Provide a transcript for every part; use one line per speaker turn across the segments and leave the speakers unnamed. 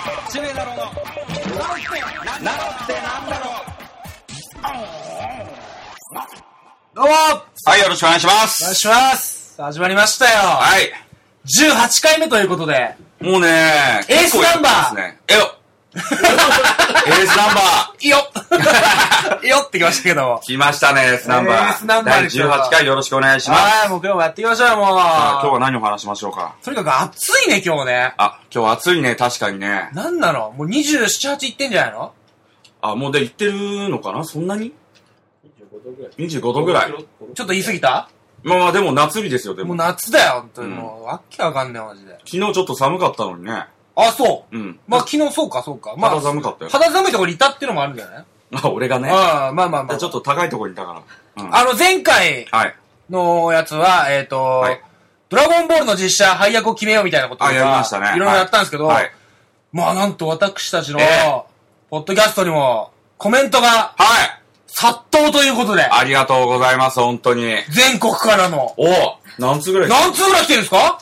ろうのナロってなんだろうってなんだろ
どうも
はいよろしくお願いしま
お
す
願いします始まりましたよ、
はい
18回目ということで、
もうね
エース
結構やってますねえよ エースナンバー
いいよ いいよってきましたけども。
来ましたねエースナンバー
エースナンバー
第
ですよ
18回よろしくお願いします
はい、もう今日もやっていきましょうよ、もう。
今日は何を話しましょうか
とにかく暑いね、今日ね。
あ今日暑いね確かにね
なんなのもう27、8いってんじゃないの
あもうで行ってるのかなそんなに25度ぐら
ち
い
ょっと言い過ぎた
まあまあでも夏日ですよで
もう
も
夏だよ、本当に。
うん
もう、わっけわかんない、マジで。
昨日ちょっと寒かったのにね
あ、そう。
うん
まあ昨日そうか、そうか。まあ、
肌寒かったよ
肌寒いところにいたっていうのもあるんじゃない
あ俺がね
ああ、まあまあまあ。
ちょっと高いところにいたから、うん
あの、前回
はい
のやつは、えっ、と、
はい
ドラゴンボールの実写配役を決めようみたいなことと
あ
か
やりましたね
いろいろやったんですけど、
はい
まあなんと私たちの
ええ、
ポッドキャストにも、コメントが
はい
殺到ということで、
ありがとうございます、本当に。
全国からの、
お何つぐらい
何通ぐらい来てるんですか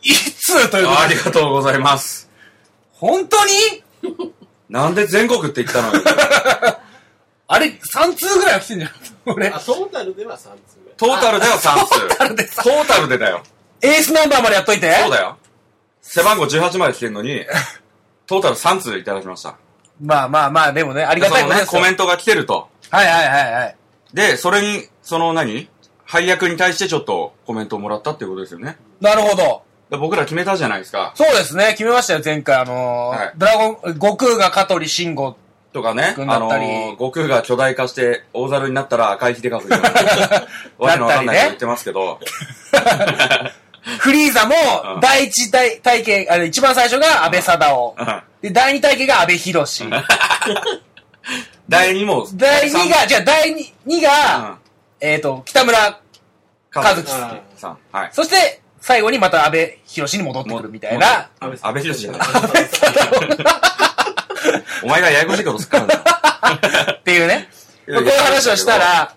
一通というこ
あ
と
り
で、
がとうございます。
本当に
なんで全国って言った のよ
あれ、3通ぐらいは来てんじ ゃん。俺、エ
あ、トータルでは3通ぐらい。
トータルでは3通。
トータルでさ
トータルでだよ。
ースナンバーまでやっといて。
そうだよ。背番号18まで来てんのに、トータル3通いただきました。
まあまあまあ、でもね、あり
で
が
そ
たい
の
こと
ね
で、すよ
コメントが来てると。
はいはいはいはい。
で、それに、その何配役に対してちょっとコメントをもらったっていうことですよね。
なるほど。
で僕ら決めたじゃないですか。
そうですね、決めましたよ、前回。あのー
はい
ドラゴン、悟空が香取慎吾。
とかね、あ
軍だ
の
ったり
ー、悟空が巨大化して大猿になったら赤い秀和になる。 わけのわかんないこと言ってますけど。
フリーザも
うん、
第一体体系、あの、一番最初が安倍貞夫。
うん
で、第二体系が安倍博士。
第2も、
第 二が、じゃあ第二二が、えっ、と、北村。
カズ
和樹
さん。さん。はい。
そして、最後にまた安倍博士に戻ってくるみたいな。
もう安倍博士じゃない。お前がややこしいことすっか らな。
っていうね。
い
こ
や
ういう話をした
い
ら、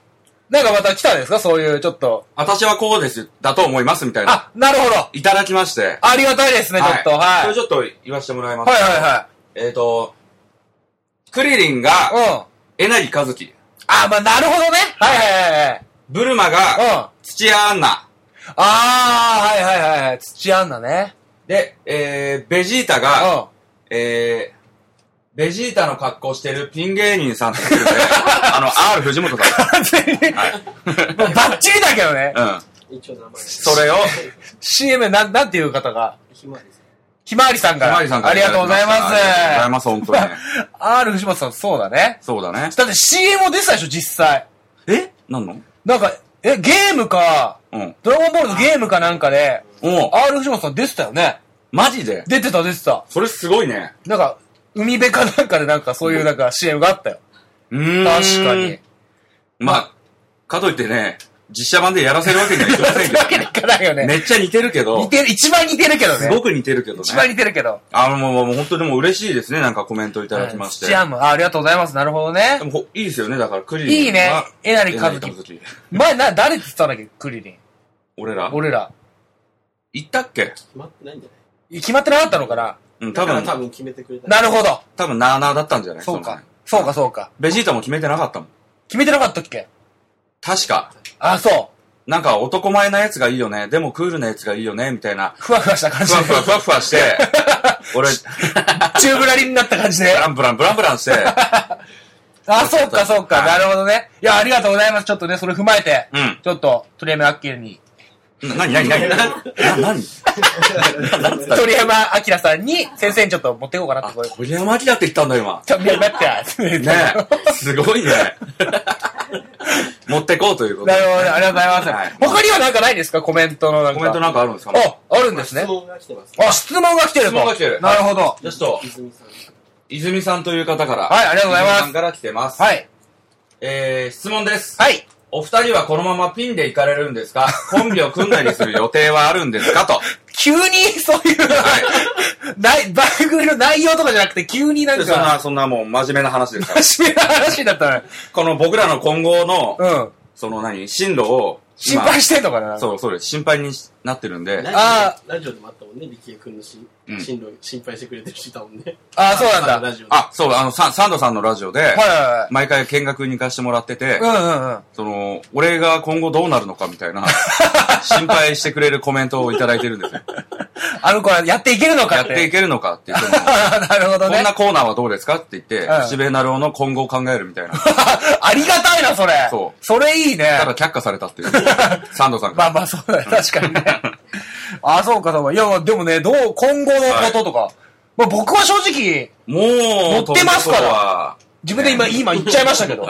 なんかまた来たんですかそういう、ちょっと。
私はこうです、だと思いますみたいな。
あ、なるほど。
いただきまして。
ありがたいですね、ちょっと。
そ
は
れ
い。
ちょっと言わせてもらいます。
はいは
えっと、クリリン
いは
が、
い。うん。
えなぎかずき。
あ、まあ、なるほどね。はいはいはいはい。
ブルマ
うん。
が、
あ
土屋アンナ。
あー、はいはいはいはい。土あんだね。
で、えー、ベジータ
うん。
が、
あ
えー、ベジータの格好してるピン芸人さんって言っ ててあの、R 藤本さん。
バッチリだけどね。
うん。
一応名前。
それを、
CM、なん、なんていう方が。
ひまわりさん。
ひまわりさん
ひ
が。
まわりさんから
ありがとうございま
ありがとうござい
す。
ます、本当にね。
R 藤本さん、そうだね。
そうだね。
だって CM 出てたでしょ、実際。
えなんの
なんか、え、ゲームか、
うん。
ドラゴンボールのゲームかなんかで、
おう
R 藤本さん出てたよね。
マジで
出てた、出てた。
それすごいね。
なんか、海辺かなんかでなんかそういうなんか CM があったよ。
うーん。
確かに。。
まあ、かといってね、実写版でやらせるわけにはいきま せんけ
わけにいかないよ
ど。
ね。
めっちゃ似てるけど
似、てる、一番似てるけどね。
すごく似てるけど
一番
ね。
似てるけど。
あの、もう、もう本当にもう嬉しいですね。なんかコメントいただきまして。
土屋も、あありがとうございます。なるほどね
で。もほいいですよね、だから、クリリン
いいね
は。
えなりかず
えなり
き。
ずき
前、な、誰って言ったんだっけクリリン。
俺ら
俺ら。
行ったっけ
決まってないんじゃない
決まってなかったのかな
うん、多
だから
分、
多分決めてくれた。
なるほど。
多分、なーなーだったんじゃない
そうか
の。
そうか、そうか。
ベジータも決めてなかったもん。
決めてなかったっけ
確か。
あ、そう。
なんか、男前なやつがいいよね。でも、クールなやつがいいよね。みたいな。
ふわふわした感じ
ふ
で
わ。ふわふわふわして、 俺、
チューブラリンになった感じで
ブ。ランブランブランブランして、
あ、そうか、そうか。
は
ないるほどね。いや、ありがとうございます。ちょっとね、それ踏まえて。
うん
ちょっと、鳥山明に、
何何何何何
鳥山明さんに、先生にちょっと持っていこうかなっ
あ
てこれ。、
鳥山明だって言ったんだ、今。
ちょ、待って。
ねえ、すごいね。持ってこうということで
なるほどね、ありがとうございます。
はい
他にはなんかないですかコメントのなんか。
コメントなんかあるんですか
あ、あるんです
質
ね。
問が来てます。
あ、質問が来てると。
質問が来てる
なるほど。
ちょっと、
泉さん。
泉さんという方から。
はいありがとうございます
泉さんから来てます。
はい。
えー、質問です。
はい。
お二人はこのままピンで行かれるんですかコンビを組んだりする予定はあるんですかと。
急に、 そういう、 ない、番組の内容とかじゃなくて、急になん
で
か、
そ ん な、そんなもう真面目な話 ですから。
真面目な話になったら、
この僕らの今後の、
うん。
その何進路を
心配してんのかな
そう、そうです。心配になってるんで。
ラ
あ
ジオラジオでもあったもんね、力恵くんのし
うん
進路心配してくれてる人いたもんね。
ああ、そうなんだ。
ラジオで。
あ、そう、あの、サンサンドさんのラジオで、
は
毎回見学に行かしてもらってて
いはい、はい。うんうんうん。
その、俺が今後どうなるのかみた いな、心配してくれるコメントをいただいてるんです よ。
あの子はやっていけるのか
や
っ。
ってていけるのかって言って も、
ああ、 なるほど
こん
ね。
なコーナーはどうですかって言って
うん、
口笛なるおの今後を考えるみたいな。
ありがたいな、それ。。
そう
それいいね。
ただ却下された っていう。サンドさん
ま
か
あまあ、そうだよ。確かにね。ああ、そうか、そうか。いや、まあでもね、どう、今後のこととか。まあ僕は正直、
もう、
乗ってますから
ら。
自分で今、今言っちゃいましたけど。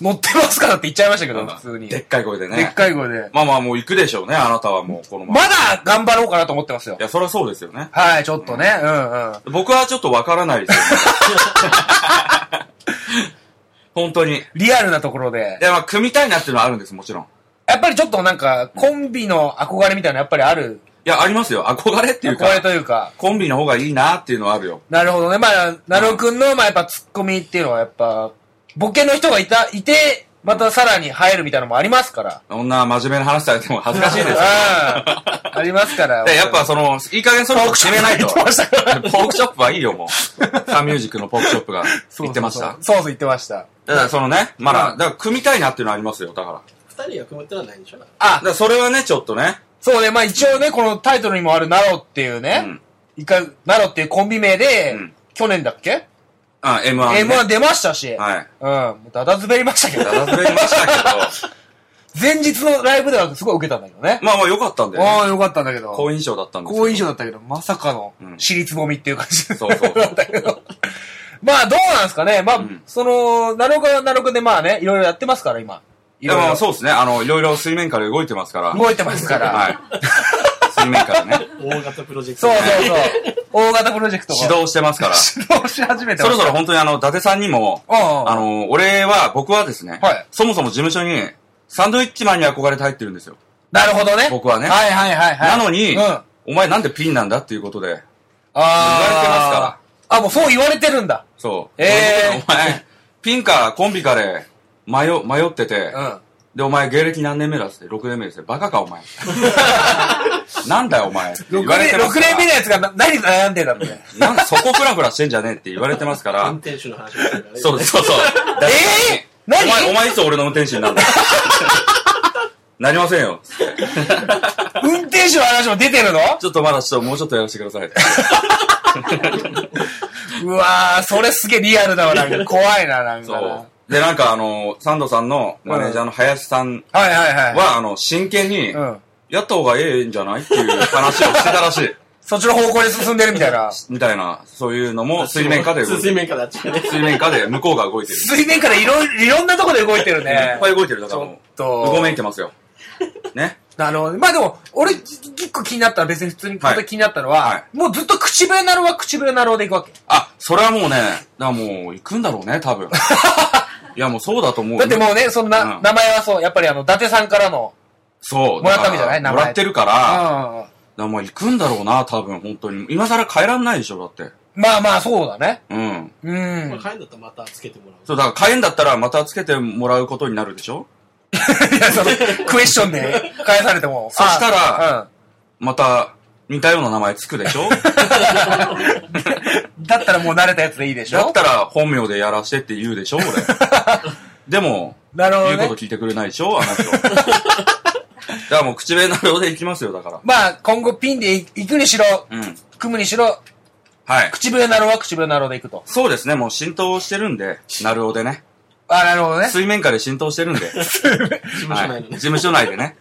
乗ってますからって言っちゃいましたけ
う
ど、
ん。
普通に。
でっ
で
かい声で
っ
ね。
かい声で。
まあまあもう行くでしょうね、あなたはもうこのま
ま
ま。い
だ頑張ろうかなと思ってますよ。
や、そりゃそうですよね。
はい、ちょっとね。うんうん。
僕はちょっとわからないですよ、ね。 本当に。い
リアルなところで。
や、まあ、組みたいなっていうのはあるんです、もちろん。
やっぱりちょっとなんか、コンビの憧れみたいなのやっぱりある。
いや、ありますよ。憧れっていうか
憧、れというか。
コンビの方がいいなっていうのはあるよ。
なるほどね。まあ、なるおくんの、まあやっぱツッコミっていうのはやっぱ、ボケの人がいた、いて、またさらに入るみたいなのもありますから。
そんな真面目な話されても恥ずかしいです よ。
うんあります から。
でやっぱその、いい加減それを決めないと。 ポ
言ってましたから
ークショップはいいよ、もう。サンミュージックのポークショップが
そうそうそう
言ってました。
そうそう言ってました。
だからそのね、まだ、
う
だから組みたいなっていうのはありますよ、だから。
二人が組むってのはないんでしょだか
だ
あ
か、らそれはね、ちょっとね。
そうね。まあ一応ね、このタイトルにもあるナロっていう
う
ね
ん、。
一回、ナロっていうコンビ名で
うん、
去年だっけ
あ、M1 ね。
?M1 出ましたし。
はい。
うん。ダダ滑りましたけど
だ。らずれましたけ
前日のライブではすごい受けたんだけどね。
ど、まあまあ良かったんだよ、ね
あ。あ、よかったんだけど。
好印象だったんですけど
好印象だったけど、まさかの
うん、
尻つぼみっていう感じで
そうそう
だったけど。 まあ、どうなんですかね。まあ
ん、
その、なるかなるかでまあね、いろいろやってますから、今。い
いや
ろい
まあ
ろ。
そうですね。あの、いろいろ水面下で動いてますから。
動いてますから。
はい。水面下でね。
ら。大型プロジェクト
そう
で。
そうそう。大型プロジェクト
指導してますから。そ
導。指導 し始めてます
ろそろ本当にあの、伊達さんにも、
うんうんうん
あの、俺は、僕はですね、
はい
そもそも事務所に、サンドイッチマンに憧れて入ってるんですよ。
なるほどね。
僕はね
はいはいはいはい。
なのに、
うん。あ
お前なんでピンなんだっていうことで、
あ。。
言われてますから
あ、もうそう言われてるんだ。
そう。
えー
お前、ピンかコンビかで迷迷ってて、
うん。
で、お前芸歴何年目だっつって、6年目ですよ。バカかお 前。なんだよお前って言
6
われて
年、
ます
六
から。
年目のやつがな何悩んでたんだよ。
なんそこフラフラしてんじゃねえって言われてますか
運
ら。
転手の話もするからね。
そう
す。
そうそう。
ええ何
お前、お前いつ俺の運転手になるの なりませんよ。
運転手の話も出てるの
ちょっとまだちょっともうちょっとやらせてください。
うわー、それすげえリアルだわ、なんか。怖いな、なんか
そ
な。
う。で、なんかあの、サンドさんのマネージャーの林さん
はいはいはい。
は、あの、真剣に、
うん。
やった方がええんじゃないっていう話をしてたらしい。
そっちの方向に進んでるみたいな。
みたいな、そういうのも水面下で動いて
水
る。
面下だっちゃうね。
水面下で向こうが動いてる。
水面からいろい、いろんなとこで動いてる
い
ね
っ。ぱい動いてる。だからも
ちょっと
う、うごめいてますよ。ね。
なるほど。まあでも、俺、一個気になったら別に普通に、
はい
本当に気になったのは、
は
もうずっと口笛なるは口笛なるでいくわけ。
あ、それはもうね、だからもう行くんだろう ね、多分。いや、もうそうだと思う。
だってもうね、そんな、
うん
名前はそう、やっぱりあの、伊達さんからの。
そう。
もらったわけじゃない
だ
名
から
前
もらってるから、だか
ああ。
らもう行くんだろうな、多分、本当に。今更帰らんないでしょ、だって。
まあまあ、そうだね。
うん。
う
ま あ、
ん。
帰るんだったらまたつけてもらう。
そう、だから帰んだったらまたつけてもらうことになるでしょ
いや、その、クエスチョンで返されて も。
そしたら
あ
また、似たような名前つくでしょ
うん。だったらもう慣れたやつでいいでしょ
だったら本名でやらしてって言うでしょ、 俺。でも、
なるほ
言
ど
うこ
ね
と。聞いてくれないでしょ、あの人。だからもう口笛なようで行きますよ、だから。
まあ、今後ピンでい行くにしろ、
うん。
組むにしろ、
はい。
口笛なろうは口笛なろうで行くと。
そうですね、もう浸透してるんで、なるおでね。
あ、なるほどね。
水面下で浸透し てるんで。
事務
は
所
い
内のね
事。務所内でね。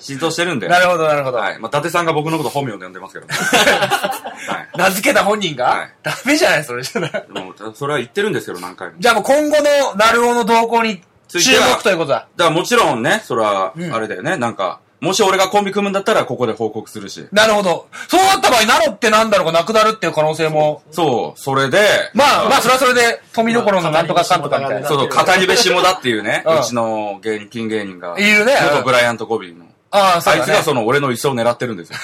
浸透してるんで。
なるほど、なるほど。
はい。まあ、伊達さんが僕のこと本名で呼んでますけ ど。はい。
名付けた本人が、
はい
ダメじゃないそれじゃない。
でもう、それは言ってるんですけど、何回も。
じゃあもう今後のなるおの動向に
つ
注
いては
目ということだ。
だからもちろんね、それは
う、ん
あれだよね、なんか、もし俺がコンビ組むんだったら、ここで報告するし。
なるほど。そうなった場合、なろってなんだろうがなくなるっていう可能性も。
そう、それで、
まあ、まあ、それはそれで、富所のなんとかかんとかみたいな。
そうそう、語り部下だっていうね、
うん
うちの芸人、ピン芸人が、
いるね
元ブライアント・コビーの。
ああ、そ
あ
う
い
だ
つが
ね。
その俺の椅子を狙ってるん ですよ。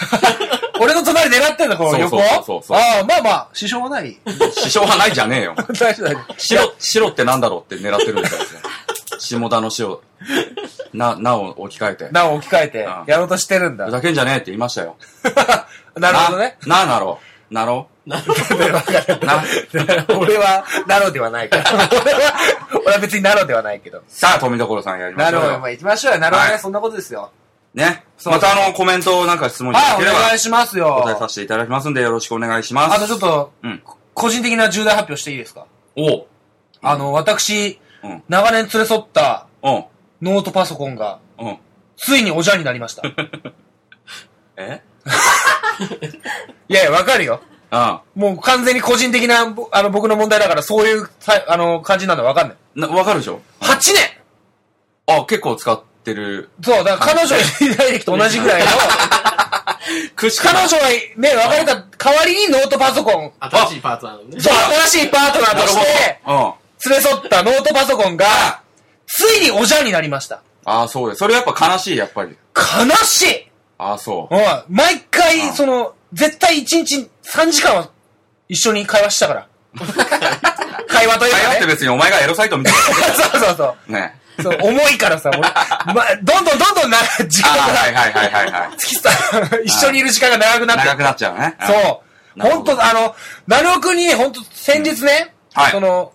俺の隣狙ってんだ、この横
そうそうそうそう
ああ、まあまあ、支障はない。
支障はないじゃねえよ。
大丈夫大丈夫
白、白ってなんだろうって狙ってるんですよ。下田の白。な、なお置き換えて。
なお置き換えて
うん、
やろうとしてるんだ
ふ。ざけんじゃねえって言いましたよ。
なるほどね。
な、ななろ。なろ。
なるほど。
な、
俺は、なろでは ないから。俺は、俺は別になろではないけど。
さあ、富所さんやりま
な
しょ
る
う
ほど。
よ
ま。あ行きましょうよ。なるほど
は
ね。
い
そんなことですよ。
ね。
そう
またあの、コメントなんか質問いただ
は
け
い、
れ
お願い
ば、
します
お
よ。
答えさせていただきますんで、よろしくお願いします。
あとちょっと、
うん。
個人的な重大発表していいですか
おう。
あの、私
うん、
長年連れ添った
うん。
ノートパソコンが、
うん。
ついにおじゃになりました。い
え
やいや、わかるよ。
うん。
もう完全に個人的な、ぼあの、僕の問題だから、そういうさ、あの、感じなのわかんない。
な、わかるでしょ
8年
あ、結構使ってる。
そう、だから彼女いない時と同じぐらいの、
くし
彼女がね、別れた代わりにノートパソコン、
新しいパートナーのね。
そう、新しいパートナーとして、
うん。
連れ添ったノートパソコンが、ついにおじゃになりました。
ああ、そうです。それやっぱ悲しい、やっぱり。
悲しい
ああ、そう。
うん毎
う
回、
ん
その、絶対1日3時間は一緒に会話したから。会話という
会話
か
って
ね。
別にお前がエロサイトみたい
そうそうそう。
な。ね。
そう、重いからさ、俺、ま、どんどんどんどんな、時
ああ、
間が、
はいはいはいはいはい。
月さん、一緒にいる時間が長くなって
長くなっちゃうね。うん。
そう。
なる
ほ
ほ
ん
ど
と、あの、なるおくんに、ほんと、先日ね、
うんはい
その、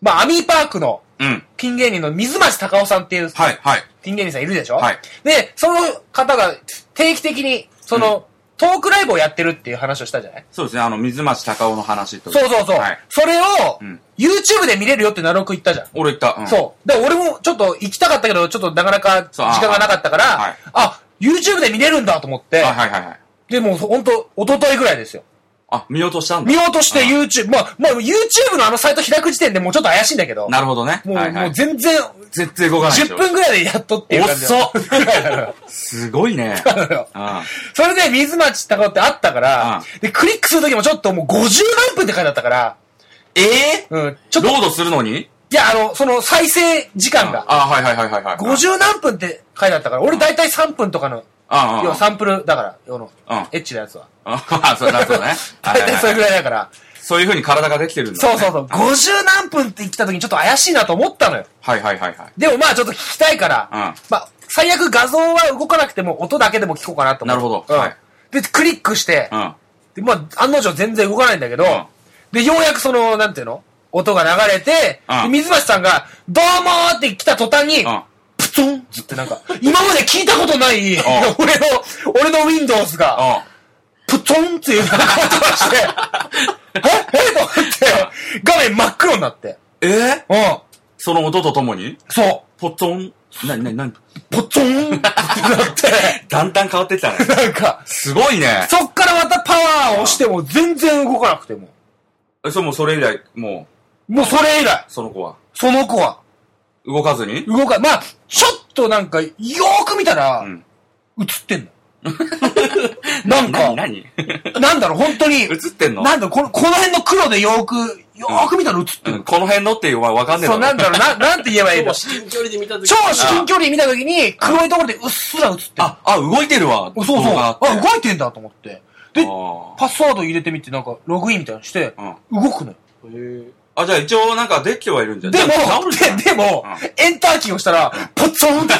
まあ、アミーパークの、
うん。
ピン芸人の水町隆夫さんっていう、
はいはい。
ピン芸人さんいるでしょ
はい
で、その方が、定期的に、その、トークライブをやってるっていう話をしたじゃない
そうですね、あの、水町隆夫の話と。
そうそうそう。
はい。
それを、
うん
YouTube で見れるよってナロク言ったじゃん。
俺言った。うん。
そう。で、俺もちょっと行きたかったけど、ちょっとなかなか時
そうあー
間がなかったから、
はい
あ、YouTube で見れるんだと思って、
はいはいはいはい。
で、もうほんと、一昨日ぐらいですよ。
あ、見落としたんだ
見。ようとして YouTube、まあ、まあ、YouTube のあのサイト開く時点でもうちょっと怪しいんだけど、
なるほどね。
もう、
はいは
もう
い。
全然、
絶対動かないでし
10
ょ。
分ぐらいでやっとっていう感じ
遅っ
っ
すごいね。 うん。
それで水町高尾ってあったから、
う
で、クリックする時もちょっともう50何分って書いてあったから、
ええ
うん、ちょっと
ロ、ードするのに
いや、あの、その再生時間が、
ああ、はいはいはいはいはい。
50何分って書いてあったから、俺大体3分とかの、
ああ、
要はサンプルだから、要の
うん、
エッチなやつは。
ああ、そうだそうだね。は
大
いはい
体それぐらいだから。
そういう風に体ができてるんだ
そ
ね。
うそうそう。50何分って来た時にちょっと怪しいなと思ったのよ。
はいはいはいはい。
でもまあちょっと聞きたいから、
うん
まあ、最悪画像は動かなくても音だけでも聞こうかなと思って。
なるほど
うん
はい
で、クリックして、
うん。
でまあ、案の定全然動かないんだけど、
うん
で、ようやくその、なんていうの音が流れて、
うん
で水橋さんが、どうもーって来た途端に、
うん。
プツンっつってなんか、今まで聞いたことない、俺の、俺の Windows が、
あ
プツンっていうなんか音がして、 ええと思って、画面真っ黒になって。
ええ
うん。
その音とともに
そ
ポトン。なになになに
う。ポツンってなって、
だんだん変わってき たね。
なんか、
すごいね。
そっからまたパワーを押しても全然動かなくても。
えそう、もうそれ以来、も
もうそれ以来、
う、その子は。
その子は
動かずに
動か、まあ、ちょっとなんか、よーく見たら、
ん
映ってんの。なん
なに
か、
な に
なんだろう、本当に、
映ってんの
なんだ、この、この辺の黒でよーく、よーく見たら映って
う
る。
んこの辺のっていうわわかんねえ
そう、なんだろう、な、なんて言えばいいの
超至近距離で見た時
超至近距離見たときに、黒いところでうっすら映ってる。あ、
あ、あ、動いてるわ。
そうそう。
動画
あ、
って
動いてんだと思って。で
あ、ー
パスワード入れてみて、なんか、ログインみたいなのして、動くのよ。
へ
あ、じゃあ一応なんかできてはいるんじゃ
で
ない
も、で、でも
うん、
エンターキーをしたら、ポツンって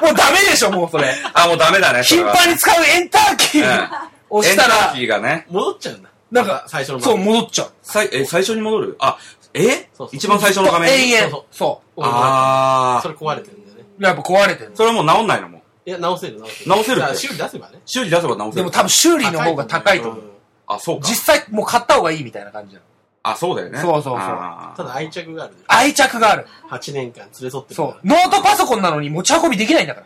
もうダメでしょ、もうそれ。
あ、もうダメだね。それ
頻
は
繁に使うエンターキーを押した
エンター
ら
キ、ーがね。
ー戻っちゃうんだ。
なん
ま
か
た、最初の
そう、戻っちゃう。
さいえ、最初に戻るあ、え
そうそう
一番最初の画面に。
永遠。そ
あ
あ
そ
ー。
れ壊れてるんだよね。
う。やっぱ壊れてるの
それはもう直んないのもう。
いや、直せる、直せる。
直せるって
じゃあ修理出せばね。
修理出せば直せ
で
る。
も多分修理の方が高いと思う。
ん。
あ、そうか。
実際もう買った方がいいみたいな感じなの。
あ、そうだよね。
そうそうそう
あー
ただ愛着がある。
愛着がある。
8年間連れ添ってるか
そ
ら。
う。ノートパソコンなのに持ち運びできないんだか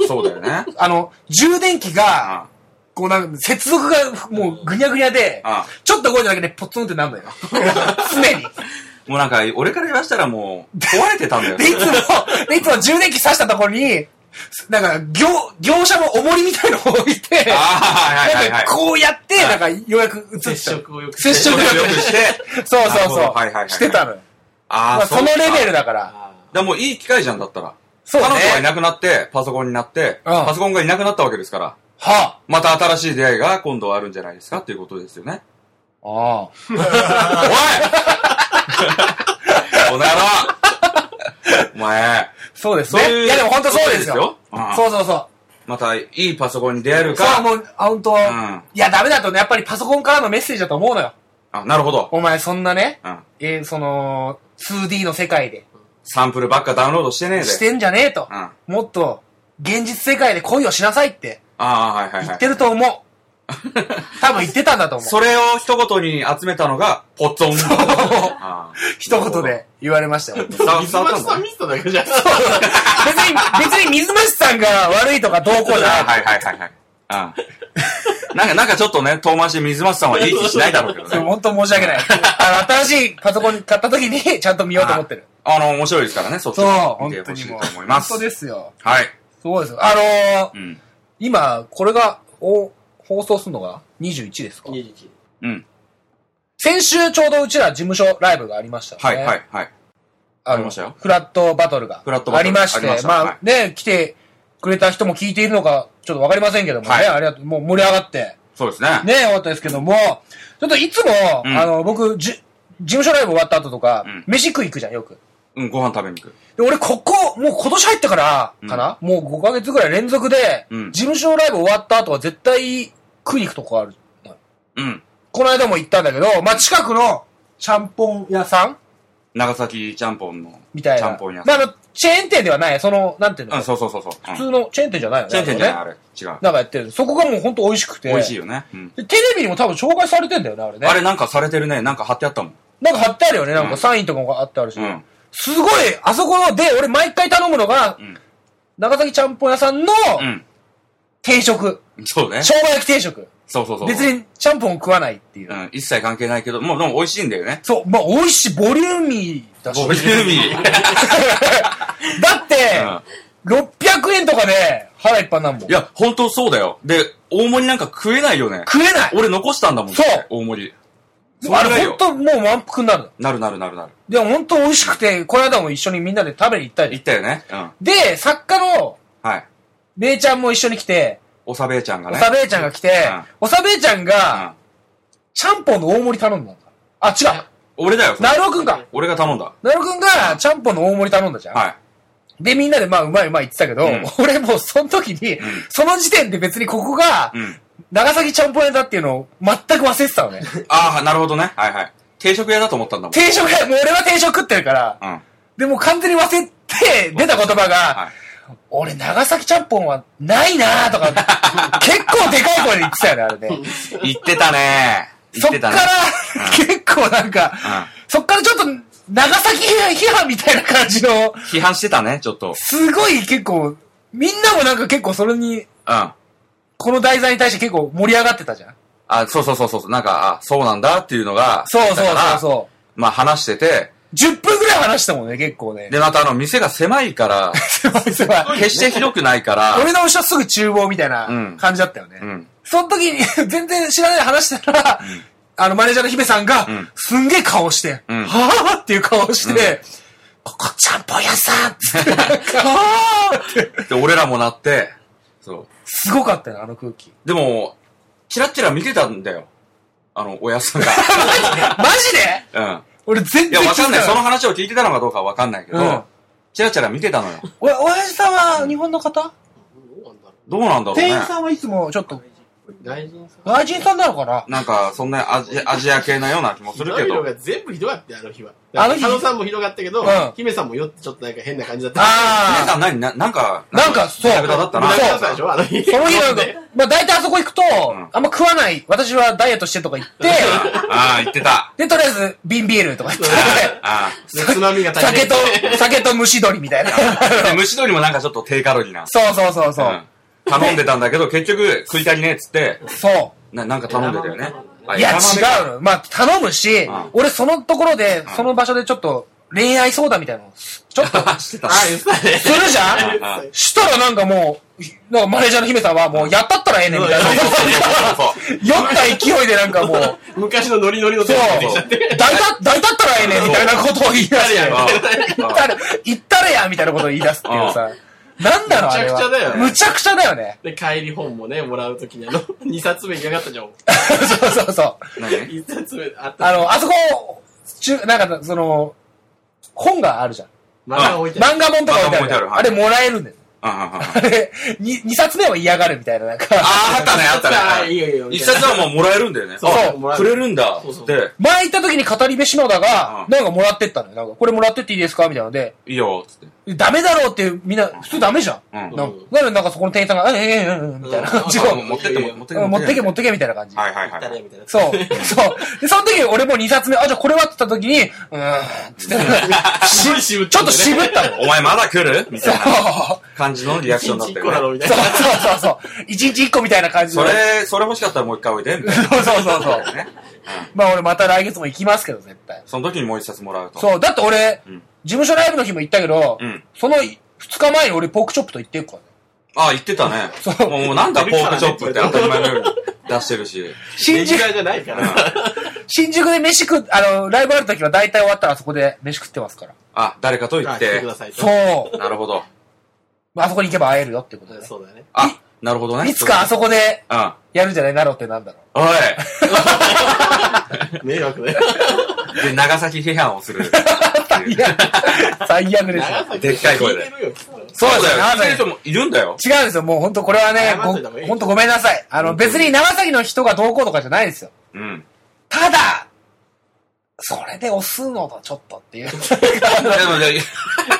ら。
そうだよね。
あの、充電器が、
あ
こうなんか、接続がもうぐにゃぐにゃで
ああ、
ちょっと動いただけでポツンってなんのよ。 常に。
もうなんか、俺から言わしたらもう、壊れてたんだよ。
で、いつも、で、いつも充電器挿したところに、なんか、業、業者の重りみたいのを置いて、
ああ、はいはいは
なん
い。
かこうやって、
はい
なんか、ようやく映っ
接
ちゃう。
触をよく
接触
を
力
良く して。
そうそう
なるほ
そ
ど
う。
はいはいはい
してたのよ。
あ
ま
あ、
あ、そのレベル
ル。
だから。
あ
でもういい機会じゃんだったら。
そうね
彼女がいなくなって、パソコンになって、
うん
パソコンがいなくなったわけですから。
は
また新しい出会いが今度はあるんじゃないですかっていうことですよね。
あ。ああ。
おいこの野郎お前。
そうです
そう
ね。いやでも本当そうですよ。
そうですようん
そうそうそう。
また、いいパソコンに出会える
そう、
か。
もう、あ本当、
ん
いや、ダメだとね、やっぱりパソコンからのメッセージだと思うのよ。
あ、なるほど。
お前、そんなね、
うん。
えーその、2D の世界で、
サンプルばっかダウンロードしてねえで。
してんじゃねえと
うん。。あ
もっと、現実世界で恋をしなさいって、
あ、はいはい
言
は
って
い。
ると思う。多分言ってたんだと思う。
それを一言に集めたのが、ポッツォン。ああ
一言で言われましたよ。 別
伝わ
水
伝わった
町
ん
さ
だ
ん
ね
見てただけじゃん。
に、別に水増しさんが悪いとかどうこうじ
あ
ゃ
あはいはいはいはい。ああなんか、なんかちょっとね、遠回しで水松さんはいい気しないだろうけど
ない。
ね。
本当申し訳ない。あの、新しいパソコン買った時にちゃんと見ようと思ってる。
あの、面白いですからね、そっち
そう、
も
本
見て
当
ほ
に
しいと
もう。
思います。
本当ですよ。
はい。
そうですよ。あのー
うん。
今、これが、お、放送するのが21ですか
21。
うん。
先週ちょうどうちら事務所ライブがありましたよ
はい
ね。
はいはい。
あの
ありましたよ
フラットバトルが。
フラットバトル
ありまして、
ありました
まあ、
はい
ね、来てくれた人も聞いているのか、ちょっとわかりませんけどもね、
はい
ありがとう、もう盛り上がって、
そうですね。
ね、終わったですけども、ちょっといつも、
うん
あの、僕、じゅ、事務所ライブ終わった後とか、
うん
飯食い行くじゃん、よく。
うん、ご飯食べに行く。
で、俺、ここ、もう今年入ってから、かな、もう5ヶ月ぐらい連続で、
うん
事務所ライブ終わった後は絶対食いに行くとこある。
うん。
この間も行ったんだけど、まあ、近くの、ちゃんぽん屋さん
長崎ちゃんぽんの。
みたいな。
ちゃんぽん屋
まあ、あの、チェーン店ではない、その、なんていうの、
うん、そうそうそうそう。うん
普通のチェーン店じゃないよね。
チェーン店じゃない、
あ
あ
れね
れ。違う。
なんかやってる。そこがもうほんと美味しくて。
美味しい
い。
よね。うん。
テレビにも多分紹介されてんだよね、あれね。
あれなんかされてるね。なんか貼ってあったもん。
なんか貼ってあるよね、なん
う
か
ん
サインとかもあってあるし。
うん
すごい、あそこで俺毎回頼むのが、
ん
長崎ちゃんぽん屋さんの
うん。
定食。
そうね。
生姜焼き定食。
そうそうそう。
別。にちゃんぽん食わないっていう。
うん、一切関係ないけど、もうでも美味しいんだよね。
そう、まあ美味しい、ボリューミーだし。
ボリューミー。
だって、600円とかで腹いっぱいになんもん
い。や、ほんとそうだよ。で、大盛りなんか食えないよね。
食えない
俺残したんだもん。
そう
大盛り。そ
あ
れが
れ
よ
ほんともう満腹になるの。
なるなるなるなる。
でもほんと美味しくて、この間も一緒にみんなで食べに行ったり
言ったよね。うん。
で、作家の
はい。
めいちゃんも一緒に来て、
おさべえちゃんが
お
ね。
さべえちゃんが来て、おさべえちゃん
うん
が、。ちゃんぽんの大盛り頼んだんだ。あ、違う。
俺だよ。それ
なるおくんか。
俺が頼んだ。
なるおくんが、ちゃんぽんの大盛り頼んだじゃん。
はい。
で、みんなで、まあ、うまいうまい言ってたけど、
う
俺もうその時に、その時点で別にここが、
うん。
長崎ちゃんぽん屋だっていうのを全く忘れてたのね。
ああ、なるほどね。はいはい。定食屋だと思ったんだも
定食屋、もう俺は定食食ってるから、
ん。うん。
でもう完全に忘れて、出た言葉が、
はい。
俺、長崎ちゃんぽんはないなーとか、結構でかい声で言ってたよね、あれね。
言ってたね。言
そ
っ
ってか
た
ら
ね。、
結構なんか、そっからちょっと、長崎批判みたいな感じの、
批判してたね、ちょっと。
すごい結構、みんなもなんか結構それに、
うん。
この題材に対して結構盛り上がってたじゃん。
あ、そうそうそうそう。なんか、あ、そうなんだっていうのが、
そうそう
だから
そうそう。
まあ話してて、
10分ぐらい話したもんね、結構ね。
で、またあの、店が狭いから、
狭い狭い。
決して広くないから、
俺の後ろすぐ厨房みたいな
うん
感じだったよね。
うん。
その時に 全然知らない話したら、あのマネージャーの姫さんが、
ん
すんげえ顔して、
ん
はぁっていう顔して、ここちゃんぽん屋さんっつ って、はぁって。
で、俺らもなって、そう。
すごかったよ、あの空気。
でも、チラッチラ見てたんだよ。あの、おやっさんが。
マジで
うん。
俺全
いや、
然
わかんない。
気づ
その
か
話を聞いてたのかどうかはわかんないけど、
うん
チラチラ見てたのよ。
お、おやじさんは日本の方
どうなんだろ
どうなんだろう
店
ね
員。さんはいつもちょっと、
う。外人さん。
外人さんなのかな
なんか、そんなア ジアジア系なような気もするけ
ひどいの
ど。
が全部ひどかったよあの日は。
あの
あの
日
日。佐野さんもひどかったけど
うん、
姫さんも酔ってちょっとなんか変な感じだった。
皆さ
あ
ん何ななんか、
ーなんか、そう。
ぐだぐだだったな。
そ
無
う
駄になったでしょあの日。
その日なんか
飲んで、
まあ大体あそこ行くと、
ん
あんま食わない。私はダイエットしてとか言って、
ああ、言ってた。
で、とりあえず瓶ビールとか言って、
あ
でつまみが足りな
酒
い
と、酒と蒸し鶏みたい な。
あ。で虫取りもなんかちょっと低カロリーな。
そうそうそうそう。
ん頼んでたんだけど、結局食い足りねえっつって、
そ
ななんか頼んでたよね。あ
う。いや、違
枝豆か
うの。まあ、頼むし、
ん
俺そのところで、その場所でちょっと恋愛相談みたいなの、ちょ っと、
あしてた。
あ、言ってたね。
するじゃん
あ あ
したらなんかもう、なんかマネージャーの姫さんはもう、やったったらええねんみたいな。
そうそう
酔った勢いでなんかもう、
昔のノリノリの
そ
テ
う
レビ出てきちゃっ、て。
大た、大たったらええねんみたいなことを言い出して。
そう
行ったれ、行ったれやみたいなことを言い出すっていうさ。なんだろう、あれは。
むちゃくちゃだよね
むちゃくちゃだよね。
で、帰り本もね、もらうときにあの、2冊 目嫌がったじゃん。
そうそうそう。
何
1冊目あった。
あの、あそこ、中、なんか、その、本があるじゃん。
漫画置いてある。
漫画本とか置いてあるから
漫画本置いてあるは
あ
い
れもらえるんだよ。
うんうんうん
あれ、2, 冊目は嫌がるみたいな、なんか。
あー、あったね、あった
いい
ね。
よいいよ。
一冊はもうもらえるんだよね。
そう
あ
もらえ
く
る
れるんだ。
そうそう
で、
前行った時に語り部篠田が、
うん
なんかもらってったのよ。なんか、これもらってっていいですかみたいなので、
いいよ、つって。
ダメだろうってみんな、普通ダメじゃん。
うん。
なんかなのになんかそこの店員さんが、うんうんうんうん、みたいな感じ
うん
あ
を
もう持ってっても、持ってって
うん持ってけ持
も。
ってけみたいな感じ。
はいはいは
誰
い。
みたいな。
そう。そう。で、その時俺も2冊目、あ、じゃあこれはって言った時に、うーん、つって、
すごい渋ってるね
ちょっと渋った のよ。
お前まだ来るみ
そ
た
う
いな感じのリアクション
一
になって
日
る
一個
ね
だろみたい
そ
な
う。そうそうそう。一日一個みたいな感じ
そ
の。
れ、それ欲しかったらもう一回おいで、みたいな。
そうそうそうそう。
ね
まあ俺また来月も行きますけど、絶対。
その時にもう一冊もらうと。
そう、だって俺、
うん
事務所ライブの日も行ったけど、
うん
その2日前に俺ポークチョップと行ってるからね。
あ、言ってたね。
そう
もうなんだポークチョッ プって当たり前のように出してるし。
新
レギュ
宿
ラ、ーじゃないから。
新宿で飯食っ、あの、ライブある時は大体終わったらあそこで飯食ってますから。
あ、誰かと言
あ
っ
来て
て
く。ださいと。
そう。
なるほど。
まああそこに行けば会えるよってことで、
そうだね。
あ、なるほどね。
いつかあそこで
うん。
やるんじゃないなろうってなんだろ
お
迷 惑だよ。
いで、長崎批判 をする。
う。いや、最悪ですよ。
でっかい声で
聞てるよきっと
そうですよ、長
だ聞いてる
崎
人。もいるんだよ。
違うんですよ、もう本当これはね、
謝ってた方がいい
ご本当ごめんなさい。あの、別に長崎の人がどうこうとかじゃないですよ。
うん。
ただ、それで押すのとちょっとって いう。
でもね、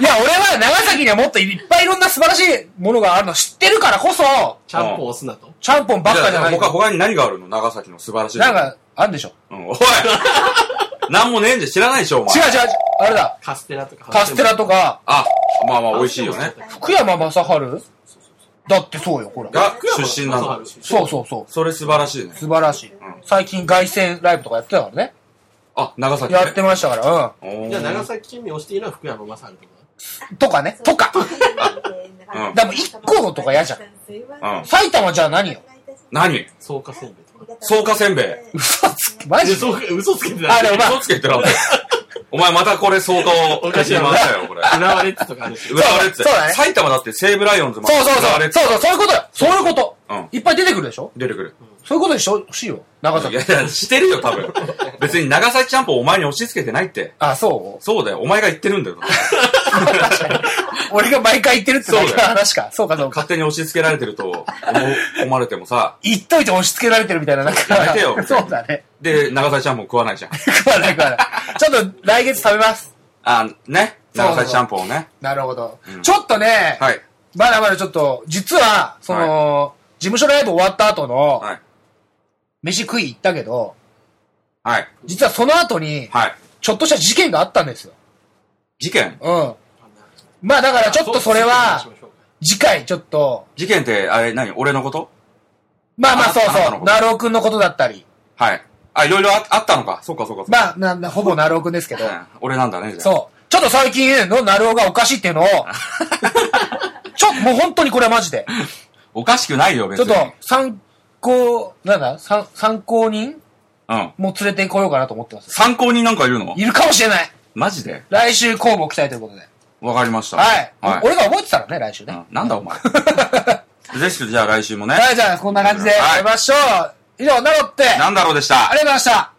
いや、俺は長崎にはもっといっぱいいろんな素晴らしいものがあるの知ってるからこそ、
ちゃんぽん押すなと。
ちゃんぽんばっかじゃない
他、他に何があるの長崎の素晴らしい。
なん、か、あるでしょ。
うん、おい なんもねえんじゃ知らないでしょ、お前
違う。違う、あれだ。
カステラとか。
カステラとか、
あ、まあまあ、美味しいよね。
福山雅治だってそうよ、ほら。
が出身なんだ。
そう
う。
そうそう。
それ素晴らしいね。
素晴らしい。
ん
最近凱旋ライブとかやってたからね。
あ、長崎、ね。
やってましたから、
おー
じゃあ長崎県民押していいのは福山雅治とか。
うん。とかね、とか。
うん
でも一個のとか嫌じゃん。
ん
埼玉じゃあ何よ。
何
草加せんべいとか。
草加せんべい。
嘘つき、マジ
嘘、嘘つけてない。
あ、でもま
嘘
あ、
つけってなんだよお前またこれ相当
おかしい
言い
な
ましたよ、これ。
浦和レッズとかあるし。
浦和レッズ。
そうだね
埼玉だって西武ライオンズも
そうそうそう
浦和レ。ッズ
そうそう、そういうことよ。そういうこと
うん。
いっぱい出てくるでしょ
出てくる。
そういうことにしてほしいよ。長
い
崎
や。いや、してるよ、多分。別に長崎ちゃんぽんお前に押し付けてないって。
あ、 そう
そうだよ、お前が言ってるんだよ。
確かに。俺が毎回言ってるってだけの話か。そうか、そうか。
勝手に押し付けられてると思う思われてもさ。
言っといて押し付けられてるみたいな、なんか。
やめてよ
そうだね。
で、長崎ちゃんぽん食わないじゃん。
食わない食わない。ちょっと来月食べます。
あ、ね。
そうそう
長崎ちゃんぽんをね。
なるほど。
うん
ちょっとね、
はい。
まだまだちょっと、実は、その、事務所ライブ終わった後の、
はい。
飯食い行ったけど、
はい。
実はその後に、
はい。
ちょっとした事件があったんですよ。
事件
うん。まあだからちょっとそれは、次回ちょっと、
事件って、あれ、何俺のこと
まあまあ
あ
そう
あなた
そ
の
う、
こと
なろうくんのことだったり、
はい。あ、いろいろああったのか。そうか、そうか。そうか
まあ、ななほぼなろうくんですけど、
うん俺なんだね、じゃあ。
そう。ちょっと最近のなるおがおかしいっていう のを、ちょっともう本当にこれはマジで。
おかしくないよ、別
ちょ
に。
っと参考、なんだ参参考人
うん。
も連れてこようかなと思ってます。
参考人なんかいるの
いるかもしれない
マジで
来週公募期待ということで。
わかりました。
はい。
はい。
俺が覚えてたらね、来週ね。
うんなんだ お前。ぜひ、じゃあ来週もね。
はい、じゃあこんな感じで
はい
会いましょう。以上、なろって、
なんだろうでした
あ。りがとうございました。